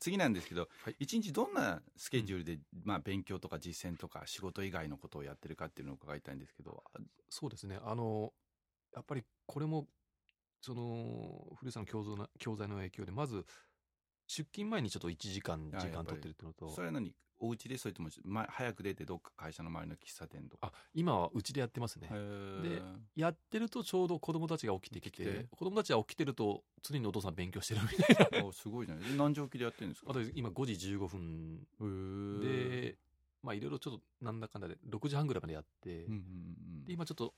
次なんですけど、はい一日どんなスケジュールで、まあ、勉強とか実践とか仕事以外のことをやってるかっていうのを伺いたいんですけど、そうですね。あの、やっぱりこれも、その、古さんの教材の教材の影響で、まず、出勤前にちょっと1時間、あやっ時ぱ間り取ってるっていうのそと、れは何お家でそれとも、ま、早く出てどっか会社の周りの喫茶店とか。あ、今はうちでやってますね。へーやってるとちょうど子供たちが起きてきて、起きて子供たちが起きてると、常にお父さん勉強してるみたいな。 あすごいじゃないえ何時起きでやってるんですかあと今5時15分へーで、まあいろいろちょっとなんだかんだで、6時半ぐらいまでやって、うんうんうんうんで、今ちょっと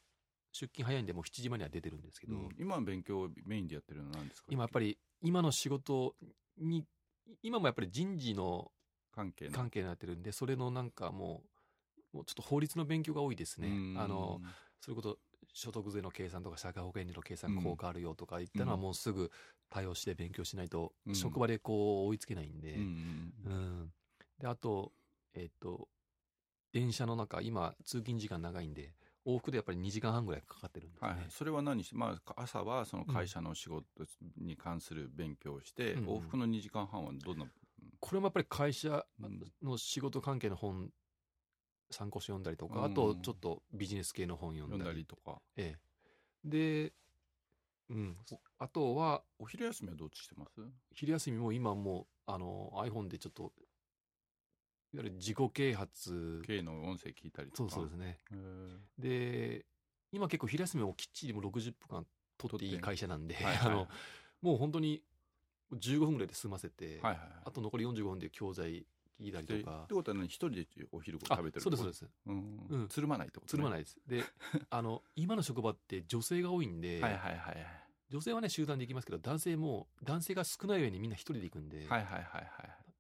出勤早いんで、もう7時前には出てるんですけうど、ん今の勉強をメインでやってるのは何ですか今やっぱり今の仕事に今もやっぱり人事の関係の関係になってるんでそれのなんかもうもうちょっと法律の勉強が多いですねうんあのそれこそ所得税の計算とか社会保険料の計算が効果あるよとか言ったのはうんもうすぐ対応して勉強しないとうん職場でこう追いつけないんで、うんうんううんん、であとえっと電車の中今通勤時間長いんで往復でやっぱり2時間半ぐらいかかってるんですね、はいはい、それは何し、まあか、朝はその会社の仕事に関する勉強をして、うん往復の2時間半はどんな、これもやっぱり会社うんの仕事関係の本参考書読んだりとか、うんあとちょっとビジネス系の本読読んんだりだりとか。ええで、うん、あとはお昼休みはどっちしてます昼休みも今もうあの iPhone でちょっといわゆる自己啓発 ?K の音声聞いたりそとうか。そうですねへーで今結構昼休みもきっちりもう60分間取ってい取っいて会社なんで、はいはあいはいのもう本当に15分ぐらいで済ませて、はいはいはい。あと残り45分で教材聞いたりでとかってことは何一人でお昼ご飯あ食べてるそうですそうでですうん、うんつるまないってこと、ね、つるまい。ないです。 で、あの、今の職場って女性が多いんで、はいはいはいはい。女性はね、集団で行きますけど、男性も、男性が少ない上にみんな一人で行くんで、はいはいはいはい。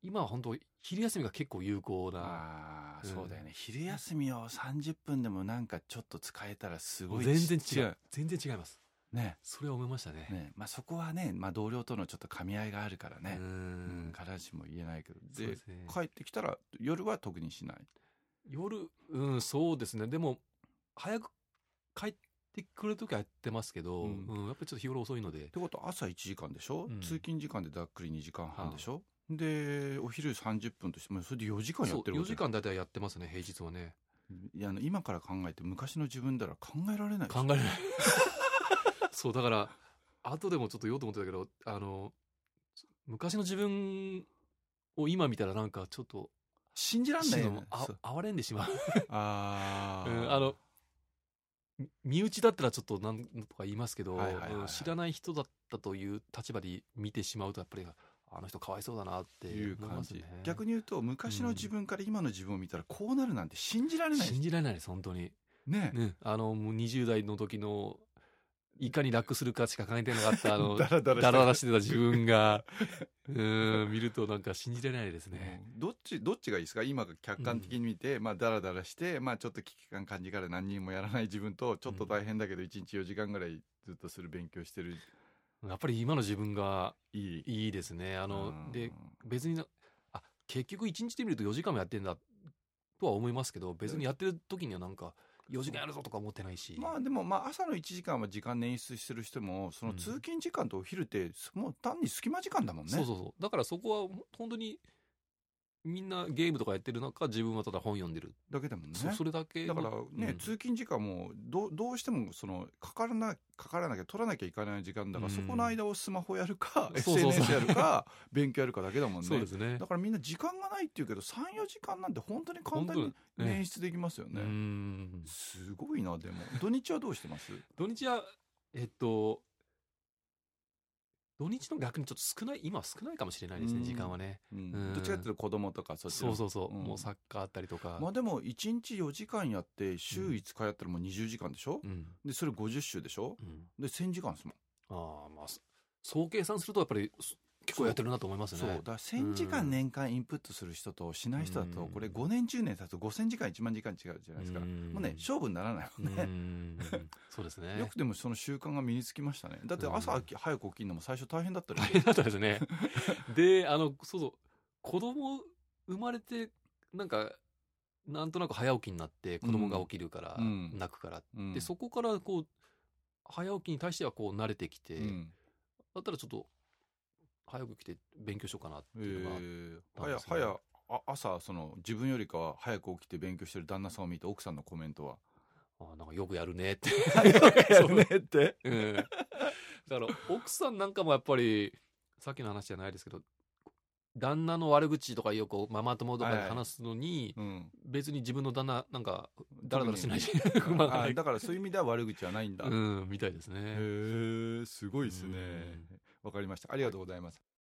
今は本当昼休みが結構有効な、ああ、うんそうだよね。昼休みを30分でもなんかちょっと使えたらすもごうい全然違ちっちゃう。全然違います。い。ね。それは思いましたね。ね。まあそこはね、まあ同僚とのちょっと噛み合いがあるからうね。うんん。必ずしも言えないけど。そうでですね。帰ってきたら夜は特にしない。夜、うん、そうですね。でも、早く帰ってくるときはやってますけど、ううんん、やっぱりちょっと日頃遅いのでっ、てことは朝1時間でしょ、うん通勤時間でざっくり2時間半でしょ、でお昼30分としてもうそれで4時間やそう、ってる4わけ時間大体やってますね、平日はね。いやあの今から考えて昔の自分なら考えられないでしょ考えられないそうだから後でもちょっと言おうと思ってたけどあの昔の自分を今見たらなんかちょっと信じらんないよ、ね、あそう哀れんでしまう、あー、 うんあのみ身内だったらちょっとなんとか言いますけど、はいはいはいはいうん知らない人だったという立場で見てしまうとやっぱりあの人かわいそうだなっていう思いま感すじ、ね逆に言うと昔の自分から今の自分を見たらこうなるなんて信じられない信じられないです本当に、ねね、あのもう20代の時のいかに楽するかしか考えてなかった あのだらだらしてだらだらしてた自分が、 うーん、見るとなんか信じられないですね。うんどっちどっちがいいですか今が客観的に見て、まあダラダラして、まあ、ちょっと危機感感じから何にもやらない 自分とちょっと大変だけど1日4時間ぐらいずっとする勉強してるやっぱり今の自分がいいいいですね。ああの、で、別にな、あ、結局1日で見ると4時間もやってんだとは思いますけど、別にやってる時にはなんか4時間やるぞとか思ってないし。まあでもまあ朝の1時間は時間捻出してる人もそのうん通勤時間とお昼ってもう単に隙間時間だもんね。そうそうそう。だからそこは本当にみんなゲームとかやってる中、自分はただ本読んでる。だけだもんね。そそれだけだの。からね、うん通勤時間もどうどうしてもそのかからなかからなきゃ取らなきゃいけない時間だから、うんそこの間をスマホやるかそうそうそう SNS やるか勉強やるかだけだもんね。そうですねだ。からみんな時間がないっていうけど34時間なんて本当に簡単に本当だね捻出できますようね。ん。すごいなでも土日はどうしてます土日は、えっと、土日の逆にちょっと少ない、今は少ないかもしれないですうんね、時間はね。うんうんどっちかっていうと子供とかそっちのそうそうそう、うんもうサッカーあったりとか。まあでも1日4時間やって週うん5日やったらもう20時間でしょ、うん。でそれ50週でしょうんで1000時間ですもん、ああ、まあ、そ総計算するとやっぱりそ結構やってるなと思いますね。そうだから1000時う間ん年間インプットする人としない人だとうんこれ5年10年経つと5000時間1万時間違うじゃないですか、んもうね勝負にならないもんうね、んそうですね。よくでもその習慣が身につきましたねだって朝うん起き早く起きるのも最初大変だったり大変だったですね。 で、あの、そうそう、子供生まれて、なんか、なんとなく早起きになって、子供が起きるから、うん泣くから。うんで、そこからこう、早起きに対してはこう慣れてきて、うんだったらちょっと、早く来て勉強しようかなってえいうのが、ー、なんはやですねはやあ朝その自分よりかは早く起きて勉強してる旦那さんを見て奥さんのコメントはあーなんかよくやるねって。 「やる ね」ってうんだから奥さんなんかもやっぱりさっきの話じゃないですけど旦那の悪口とかよくママ友とかで話すのに、 うん別に自分の旦那なんか ダラダラしないし 不満がなあいだからそういう意味では悪口はないんだ、うんみたいですね。へえすごいですねうんわかりましたありがとうございます